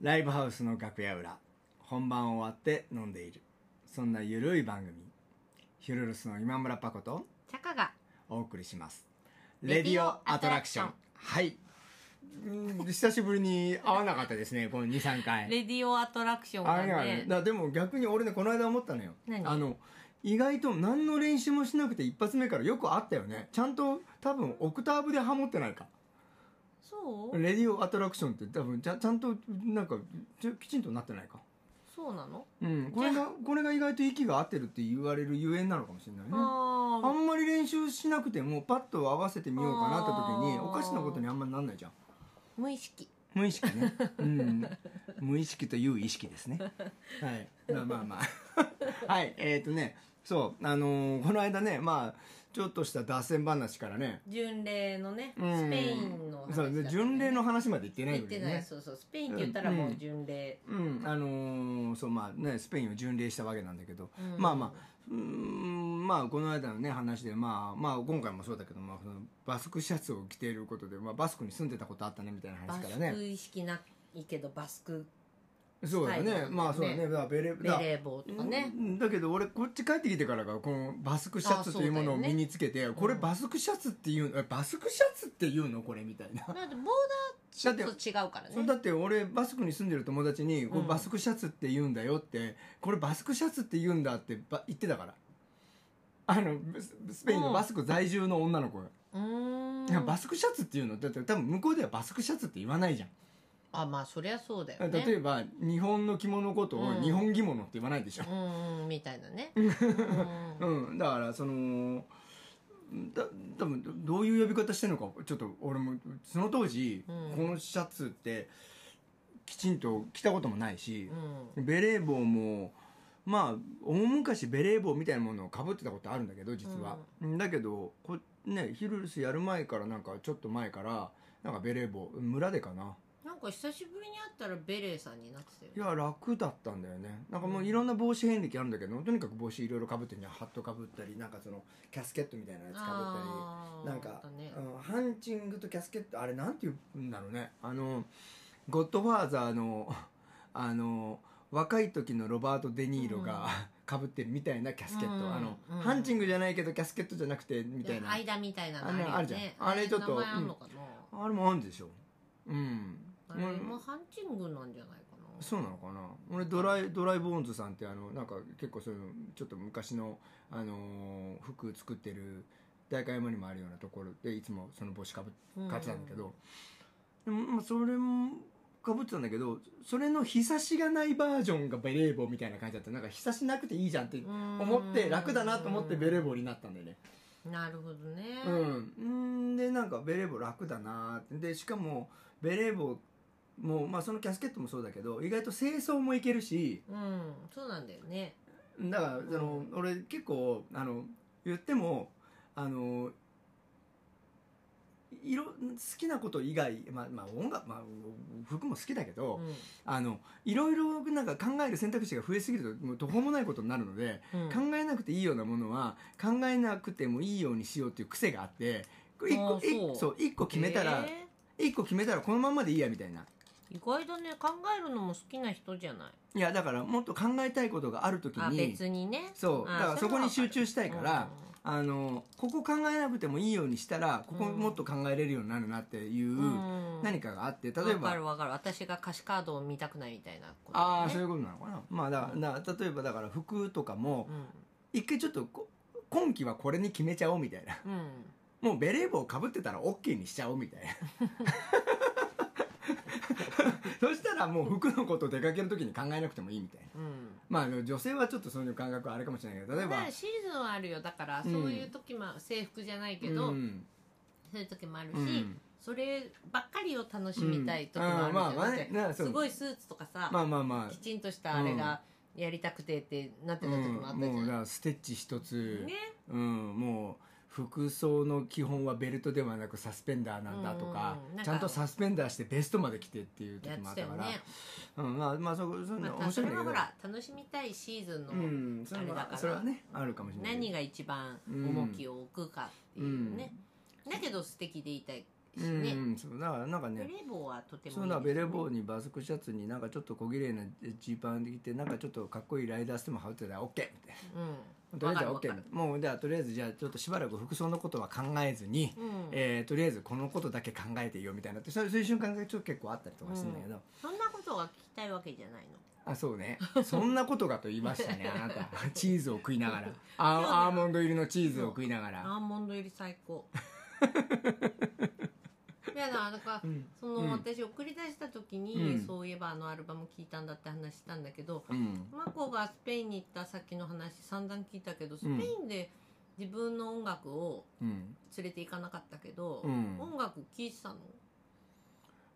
ライブハウスの楽屋裏本番終わって飲んでいるそんなゆるい番組ヒュルルスの今村パコとチャカがお送りしますレデレディィオオアアトトララククシショョンンはいうん久しぶりに会わなかったですねこの23回レディオアトラクションあがれがねねだでも逆に俺ねこの間思ったのよ何あの意外と何の練習もしなくて一発目からよくあったよねちゃんと多分オクターブでハモってないかそうレディオアトラクションって多分ちゃちゃんとなんかちょきちんとなってないかそうなの、うんこれじがこれが意外と息が合ってるって言われるゆえんなのかもしれないねああーんまり練習しなくてもパッと合わせてみようかなって時にあーおかしなことにあんまりなんないじゃん無意識無意識 ね、うん、無意識という意識ですねはいまあまあまあ はいえっ、ー、とねそうあのーこの間ねまあちょっとした脱線話からね巡礼のねスうんペインの話そうで巡礼の話まで言って話なだいったよね言のでってないねそうそうスペインって言ったらもう巡礼、うんあのーそうまあねスペインを巡礼したわけなんだけど、うんまあまあうーんまあこの間のね話でまあまあ今回もそうだけど、まあ、そのバスクシャツを着ていることで、まあ、バスクに住んでたことあったねみたいな話バからスクね意識ないけどバスクそうだよスタイルだねよねまあそうだねだからベレベだレー帽とかねうんだけど俺こっち帰ってきてからがこのバスクシャツというものをあそうだよ身ねにつけて、これバスクシャツっていうのえバスクシャツっていうのこれみたいな。だっだてボーっダてーと違うからそうねだって俺バスクに住んでる友達に、これバスクシャツって言うんだよってこれバスクシャツって言うんだってば言ってたからあのススペインのバスク在住の女の子が、うーいやんバスクシャツっていうのだって多分向こうではバスクシャツって言わないじゃんあまあそりゃそうだよね例えば日本の着物のことうをん日本着物って言わないでしょう、ーんみたい なね、うんうん、だからそのだ多分どどういう呼び方してるのかちょっと俺もその当時、うんこのシャツってきちんと着たこともないしう、んベレー帽もまあ大昔ベレー帽みたいなものをかぶってたことあるんだけど実は、だけどこねヒルルスやる前からなんかちょっと前からなんかベレー帽村でかななんか久しぶりに会ったらベレーさんになってたよいねや楽だったんだよねなんかもういろんな帽子遍歴あるんだけどとにかく帽子いろいろかぶってんじゃんハットかぶったりなんかそのキャスケットみたいなやつかぶったりあーなんかあったねうんハンチングとキャスケットあれなんていうんだろうねあのゴッドファーザーの あの若い時のロバート・デ・ニーロがかぶってるみたいなキャスケット、うんあの、うんハンチングじゃないけどキャスケットじゃなくてみたいなあれ間みたいなのああるるじよゃんねあれちょっと名前あんのかもあるんでしょうんな、あれもハンチングなんじゃないかなそうなのかな俺ドライドライボーンズさんってあのなんか結構そういうちょっと昔の、あのー服作ってる代官山にもあるようなところでいつもその帽子かぶうんかってたんだけど、でもまあ、それもかぶってたんだけどそれの日差しがないバージョンがベレー帽みたいな感じだったなんか日差しなくていいじゃんって思って楽だなと思ってベレー帽になったんだよねなるほどね、うん、んでなんかベレー帽楽だなーってでしかもベレー帽も、まあ、そのキャスケットもそうだけど意外と清掃もいけるしうん、そうなんだよねだからその、俺結構あの言ってもあの色好きなこと以外、まあまあ、音楽、まあ、服も好きだけど、うあのいろいろなんか考える選択肢が増えすぎるともう途方もないことになるので、ん、うん考えなくていいようなものは考えなくてもいいようにしようっていう癖があってこれ一あ個あ一そうそう一個決めたら、え一個決めたらこのままでいいやみたいなー意外だね考えるのも好きな人じゃないいやだからもっと考えたいことがある時あに別にねそうあだからそこに集中したいから、うんあのここ考えなくてもいいようにしたらここもっと考えれるようになるなっていううん何かがあって例えわかばるわかる私が歌詞カードを見たくないみたいなことだよね、ああそういうことなのかなまあだからだから例えばだから服とかも一回ちょっとこ今季はこれに決めちゃおうみたいなうん、うんもうベレー帽かぶってたら OK にしちゃおうみたいな そしたらもう服のこと出かける時に考えなくてもいいみたいなうんまああの女性はちょっとそういう感覚はあれかもしれないけど例えばまあシーズンはあるよだからうそんういう時も制服じゃないけど、うんそういう時もあるし、うんそればっかりを楽しみたい時もうんああーるまあじまゃあん、ねだってなそうすごいスーツとかさ、まあまあまきちんとしたあれがやりたくてってなっあ、てた時もあったじゃん、もうだからステッチ一つ、ねうん、もう服装の基本はベルトではなくサスペンダーなんだとか,、うんなんかちゃんとサスペンダーしてベストまで着てっていう時やっもあてったたよから、ね、うん、まあまあそこそんなま面あ、そ白いんだけれどはほ、ら楽しみたいシーズンの、うん、それあれだかはらそれはねあるかもしれないけど何が一番重きを置くかっていうね、だけど素敵でいたいしね、うん、そうだからなんかねベレー帽はとてもいいですそねうだベレー帽にバスクシャツになんかちょっと小綺麗なジーパンで着てなんかちょっとかっこいいライダースでも羽織ってたら OK みたいうんなとりあえずはわかる OK もうじゃあとりあえずじゃあちょっとしばらく服装のことは考えずに、うんえーとりあえずこのことだけ考えていいよみたいなってそうそういう瞬間がちょっと結構あったりとかするんだけど、そんなことが聞きたいわけじゃないのあそうねそんなことがと言いましたねあなた チーズを食いながらあアーモンド入りのチーズを食いながらアーモンド入り最 高いやだからなんか、うんその、うん私送り出した時に、うんそういえばあのアルバム聞いたんだって話したんだけど、うんマコがスペインに行ったさっきの話散々聞いたけどスペインで自分の音楽をうん連れて行かなかったけど、うん音楽聴いてたの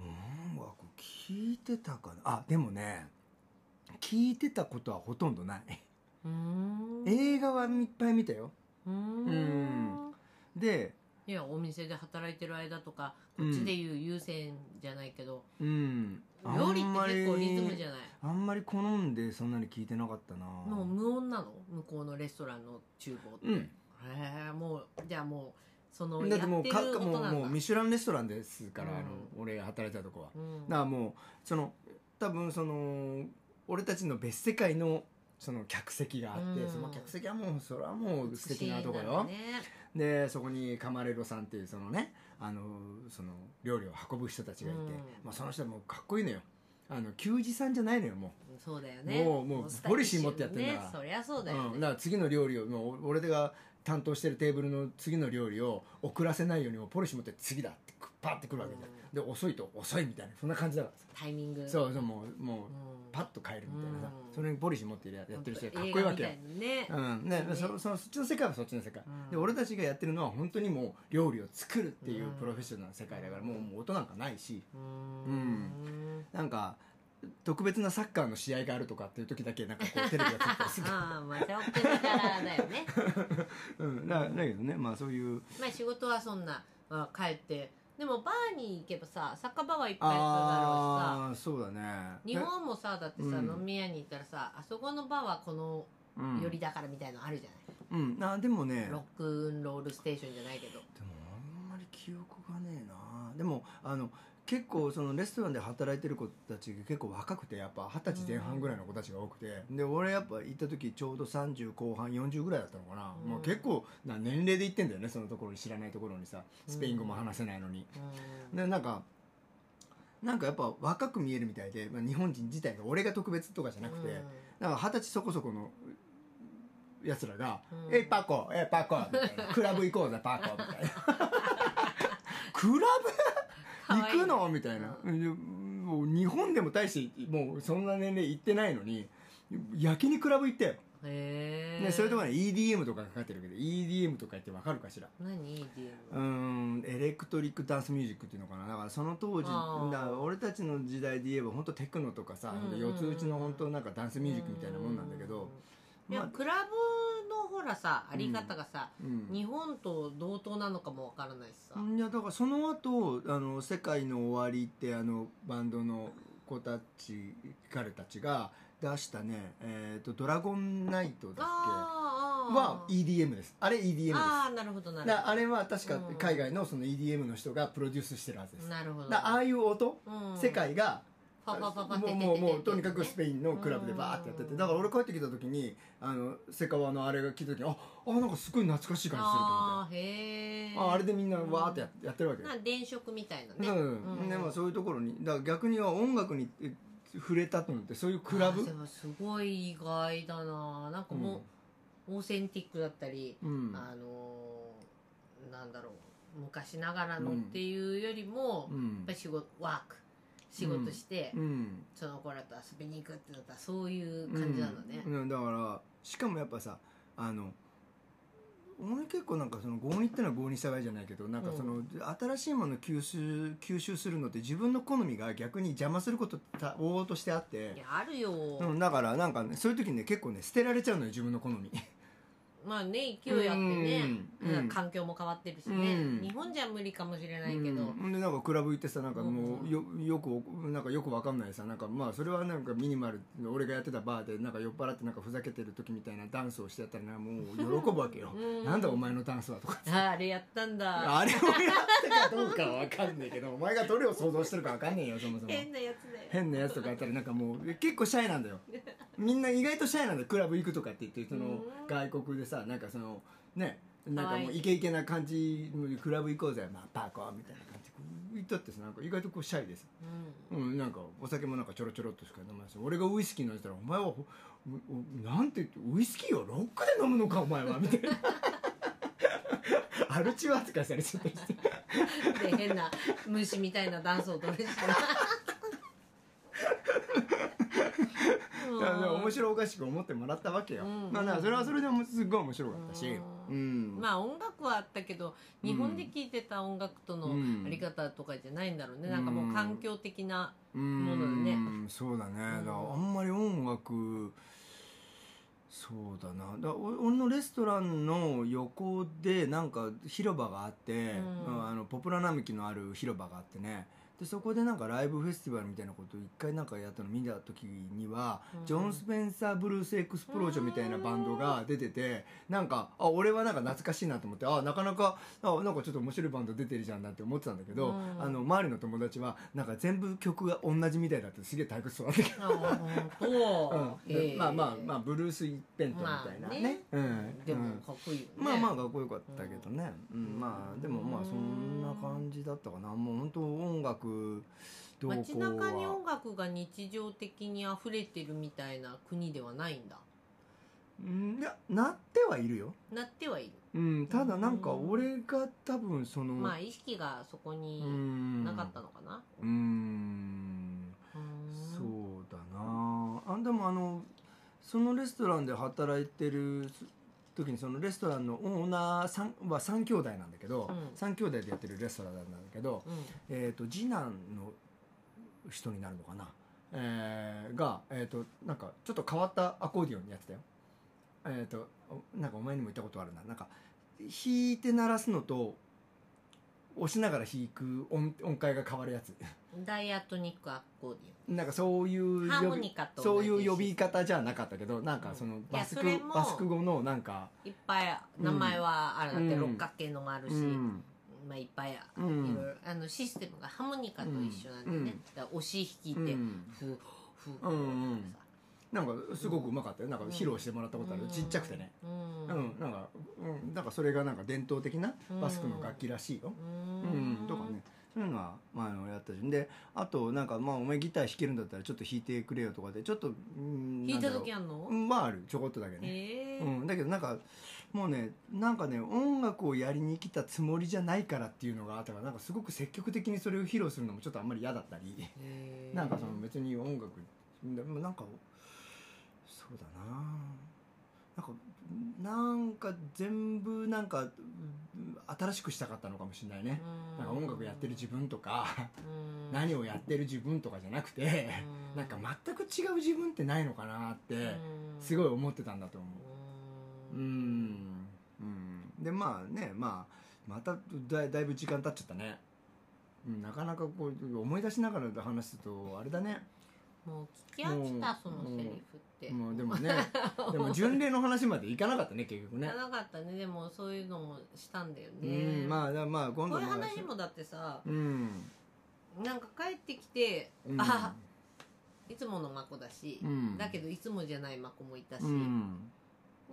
音楽聞いてたかなあでもね聞いてたことはほとんどないうーん映画はいっぱい見たようーんうんでいやお店で働いてる間とかこっちでいう優先じゃないけど、うん料理って結構リズムじゃゃないあんまり好んでそんなに聞いてなかったなもう無音なの向こうのレストランの厨房って、うへんえもうじゃあもうそのだやっててっるもうか音もうなんだもうミシュランレストランですから、あのう俺が働いたとこはうんだからもうその多分その俺たちの別世界のその客席があって、うんその客席はもうそれはもう素敵なとこ不よ、思議んだねでそこにカマレロさんっていうそのねあのその料理を運ぶ人たちがいて、うんまあ、その人もかっこいいのよあの給仕さんじゃないのよもそうだよねもうもうポリシー持ってやってんだねそりゃそううだようん、ね、だから次の料理をもう俺が担当してるテーブルの次の料理を遅らせないようにもうポリシー持って次だってくパッてくるわけじゃん、で遅いと遅いみたいなそんな感じだからさタイミングそうそうもうもううんパッと変えるみたいなさ、うんそれにポリシー持ってやってる人がかっこいいわけよ映画みたいにね、うんねねそそのそっちの世界はそっちの世界、うんで俺たちがやってるのは本当にもう料理を作るっていううんプロフェッショナルな世界だから、もうもう音なんかないしうーんなんか特別なサッカーの試合があるとかっていう時だけなんかこうテレビがついたりす る、ああまた送りからだよね うん、だだけどねまあそういうまあ仕事はそんな、まあ、帰ってでもバーに行けばさ酒場はいっぱいあああそうだねるだろうしさ日本もさだってさ、うん飲み屋に行ったらさあそこのバーはこの本よりだからみたいのあるじゃない、うん、うん、あでもねロックンロールステーションじゃないけどでもあんまり記憶がねえなでもあの結構そのレストランで働いてる子たちが結構若くてやっぱ二十歳前半ぐらいの子たちが多くて、で俺やっぱ行った時ちょうど30後半40ぐらいだったのかな、うんもう結構な年齢で行ってんだよねそのところに知らないところにさスペイン語も話せないのに、うんでなんかなんかやっぱ若く見えるみたいで、まあ、日本人自体が俺が特別とかじゃなくて、うんなんか二十歳そこそこのやつらが「うんえパコえパコ」みたいな「クラブ行こうぜパコ」みたいな 「クラブ行くの?」みたいな、もう日本でも大してもうそんな年齢行ってないのに焼きにクラブ行ったよ、へえね、そういうところに EDM とかかかってるけど EDM とかってわかるかしら何 EDM うーんエレクトリックダンスミュージックっていうのかなだからその当時あーだから俺たちの時代で言えば本当テクノとかさ、うんうんうん四つ打ちの本当なんかダンスミュージックみたいなもんなんだけど、うんいや、まあクラブのほらさあり方がさ、うん、日本と同等なのかもわからないしさ、いやだからその後あの世界の終わり」ってあのバンドの子たち彼たちが出したね「えー、とドラゴンナイト」だっあけーはあー EDM ですあれ EDM ですあーなるほどなるだほあれは確かうん海外のその EDM の人がプロデュースしてるはずでどすなるほどだああいう音、うん世界がパパパパもうテテテテもうテもうとにかくスペインのクラブでうんバーってやっててだから俺帰ってきた時にあのセカワのあれが来た時にああなんかすごい懐かしい感じすると思ってあーへえああれでみんなわーってややってるわけよなんか電飾みたいなうね、んでもそういうところにだから逆には音楽にえ触れたと思ってそういうクラブあーでもすごい意外だななんかもう、オーセンティックだったり、うんあのーなんだろう昔ながらのっていうよりも、うやっんぱり仕事ワーク仕事して、うんその子らと遊びに行くってなったらそういう感じなんだね、うんうんだからしかもやっぱさあの俺結構なんかその強にってのは強に従いじゃないけどなんかその、新しいものを吸収吸収するのって自分の好みが逆に邪魔することた往々としてあっていやあるよ、うん、だからなんかねそういう時にね結構ね捨てられちゃうのよ自分の好みまあね勢いあってうね、んうん環境も変わってるしね、うん日本じゃ無理かもしれないけど、うん、でなんかクラブ行ってさなんかもうよよくなんかよくわかんないさなんかまあそれはなんかミニマル俺がやってたバーでなんか酔っ払ってなんかふざけてる時みたいなダンスをしてやったらなもう喜ぶわけよ、うんなんだお前のダンスはとかあーあれやったんだあれをやったかどうかはわかんないけどお前がどれを想像してるかわかんねえよそもそも変なやつだよ変なやつとかあったらなんかもう結構シャイなんだよみんな意外とシャイなんだよクラブ行くとかって言ってそのうん外国でさなんかそのねなんかはいもうイケイケな感じクラブ行こうぜまあパーコーみたいな感じで行ったってさなんか意外とこうシャイですうんなんかお酒もなんかちょろちょろっとしか飲まないし俺がウイスキー飲んでたらお前はほおなんて言ってウイスキーをロックで飲むのかお前はみたい なアルチュア扱いされちゃったりしてうん、で変な虫みたいなダンスを踊るしだからねな面白おかしく思ってもらったわけよ、うんまあだからそれはそれでもすっごい面白かったし、ううんまあ音楽はあったけど日本で聴いてた音楽とのうんあり方とかじゃないんだろうね、うんなんかもう環境的なうものだねんそうだね、だからあんまり音楽そうだなだお俺のレストランの横でなんか広場があって、うんあのポプラ並木のある広場があってねでそこでなんかライブフェスティバルみたいなことを一回なんかやったの見た時には、うんジョン・スペンサー・ブルース・エクスプロージョンみたいなバンドが出ててなんかあ俺はなんか懐かしいなと思ってあなかなかあなんかちょっと面白いバンド出てるじゃんなって思ってたんだけど、うんあの周りの友達はなんか全部曲が同じみたいだってすげえ退屈そうだったけど。あ本当うんでまあまあまああブルース一辺倒みたいなね,、まあうん、でうもんかっこいいよね、まあまあかっこよかったけどね、うんまあでもまあそんな感じだったかなもう本当音楽どうこ街うは中に音楽が日常的に溢れてるみたいな国ではないんだうんいやなってはいるよ、なってはいるうん、ただなんか俺が多分その、まあ意識がそこにうんなかったのかなうんうーんそうだなあでもあのそのレストランで働いてる時にそのレストランのオーナーさんは3兄弟なんだけど、うん三3兄弟でやってるレストランなんだけど、うんえー、と次男の人になるのかな、えーが、えー、となんかちょっと変わったアコーディオンやってたよ。えー、とおなんかお前にも言ったことあるななんか弾いて鳴らすのと押しながら弾く音音階が変わるやつダイアトニックアコーデなんかそういうィオンハーモニカとそ同うじいう呼び方じゃなかったけどなんかそのうんバスクいやそれもバスク語のなんかいっぱい名前はあるだって、うん六角形のもあるし、うんまあいっぱいあ,、うんいろいろあのシステムがハーモニカと一緒なんでね、うんだから押し引きうって、んふうふううんうんさなんかすごくうまかったよなんか披露してもらったことあるうんちっちゃくてねううんんなんかうんなんかそれがなんか伝統的なバスクの楽器らしいようんとかねそういうのは、まああの、やったしであとなんか、まあ「お前ギター弾けるんだったらちょっと弾いてくれよ」とかでちょっと弾弾いた時あんの、まああるちょこっとだけねええうん、だけどなんかもうねなんかね音楽をやりに来たつもりじゃないからっていうのがあったからなんかすごく積極的にそれを披露するのもちょっとあんまり嫌だったり、へえなんかその別に音楽でもなんかそうだななんかなんか全部なんかうん新しくしたかったのかもしれないね、なんか音楽やってる自分とか、分何をやってる自分とかじゃなくて、なんか全く違う自分ってないのかなって、すいごい思ってたんだと思う。うん、うん、でまあねまあまただだいぶ時間経っちゃったね、うん、なかなかこう思い出しながら話すとあれだねもう聞き飽きたそのセリフってもうで もねでも巡礼の話までいかなかったね結局知ねらなかった ねでもそういうのもしたんだよね、うんまあだまあ今こ度ういうの話もだってさうん、なんか帰ってきて、うん、あいつものマコだし、うんだけどいつもじゃないマコもいたし、うん、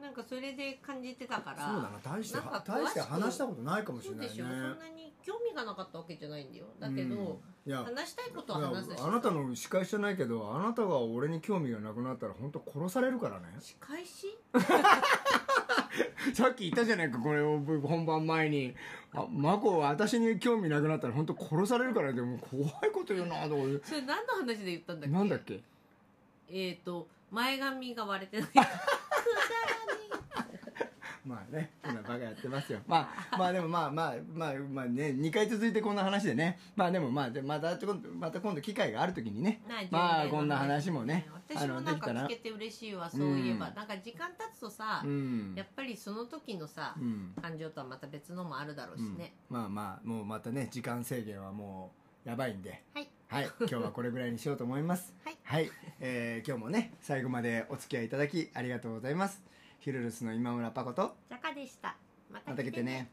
なんかそれで感じてたそかうらだな大してなんか詳しく大して話したことないかもしそれうないでねしょ、そんなに興味がなかったわけじゃないんだよだけど、うんいや話したいことは話すしいやあなたの司会じゃないけどあなたが俺に興味がなくなったら本当殺されるからね 仕返しさっき言ったじゃないかこれを本番前に「あマコ私に興味なくなったら本当殺されるから」でも怖いこと言うなとか言うそれ何の話で言ったんだっけなんだっけえっ、と前髪が割れてないくだらねまあね今バカやってますよまあまあでもまあまあまあまあね2回続いてこんな話でねまあでもまあでまた今度また今度機会がある時にねないまあ10代のこんな話もね私もなんかあの聞でけきて嬉しいわそういえば、うんなんか時間経つとさ、うんやっぱりその時のさ、うん感情とはまた別のもあるだろうしうんね、まあまあもうまたね時間制限はもうやばいんではい はい今日はこれぐらいにしようと思いますはいえー今日もね最後までお付き合いいただきありがとうございますヒルルスの今村パコとジャカでしたままた来てね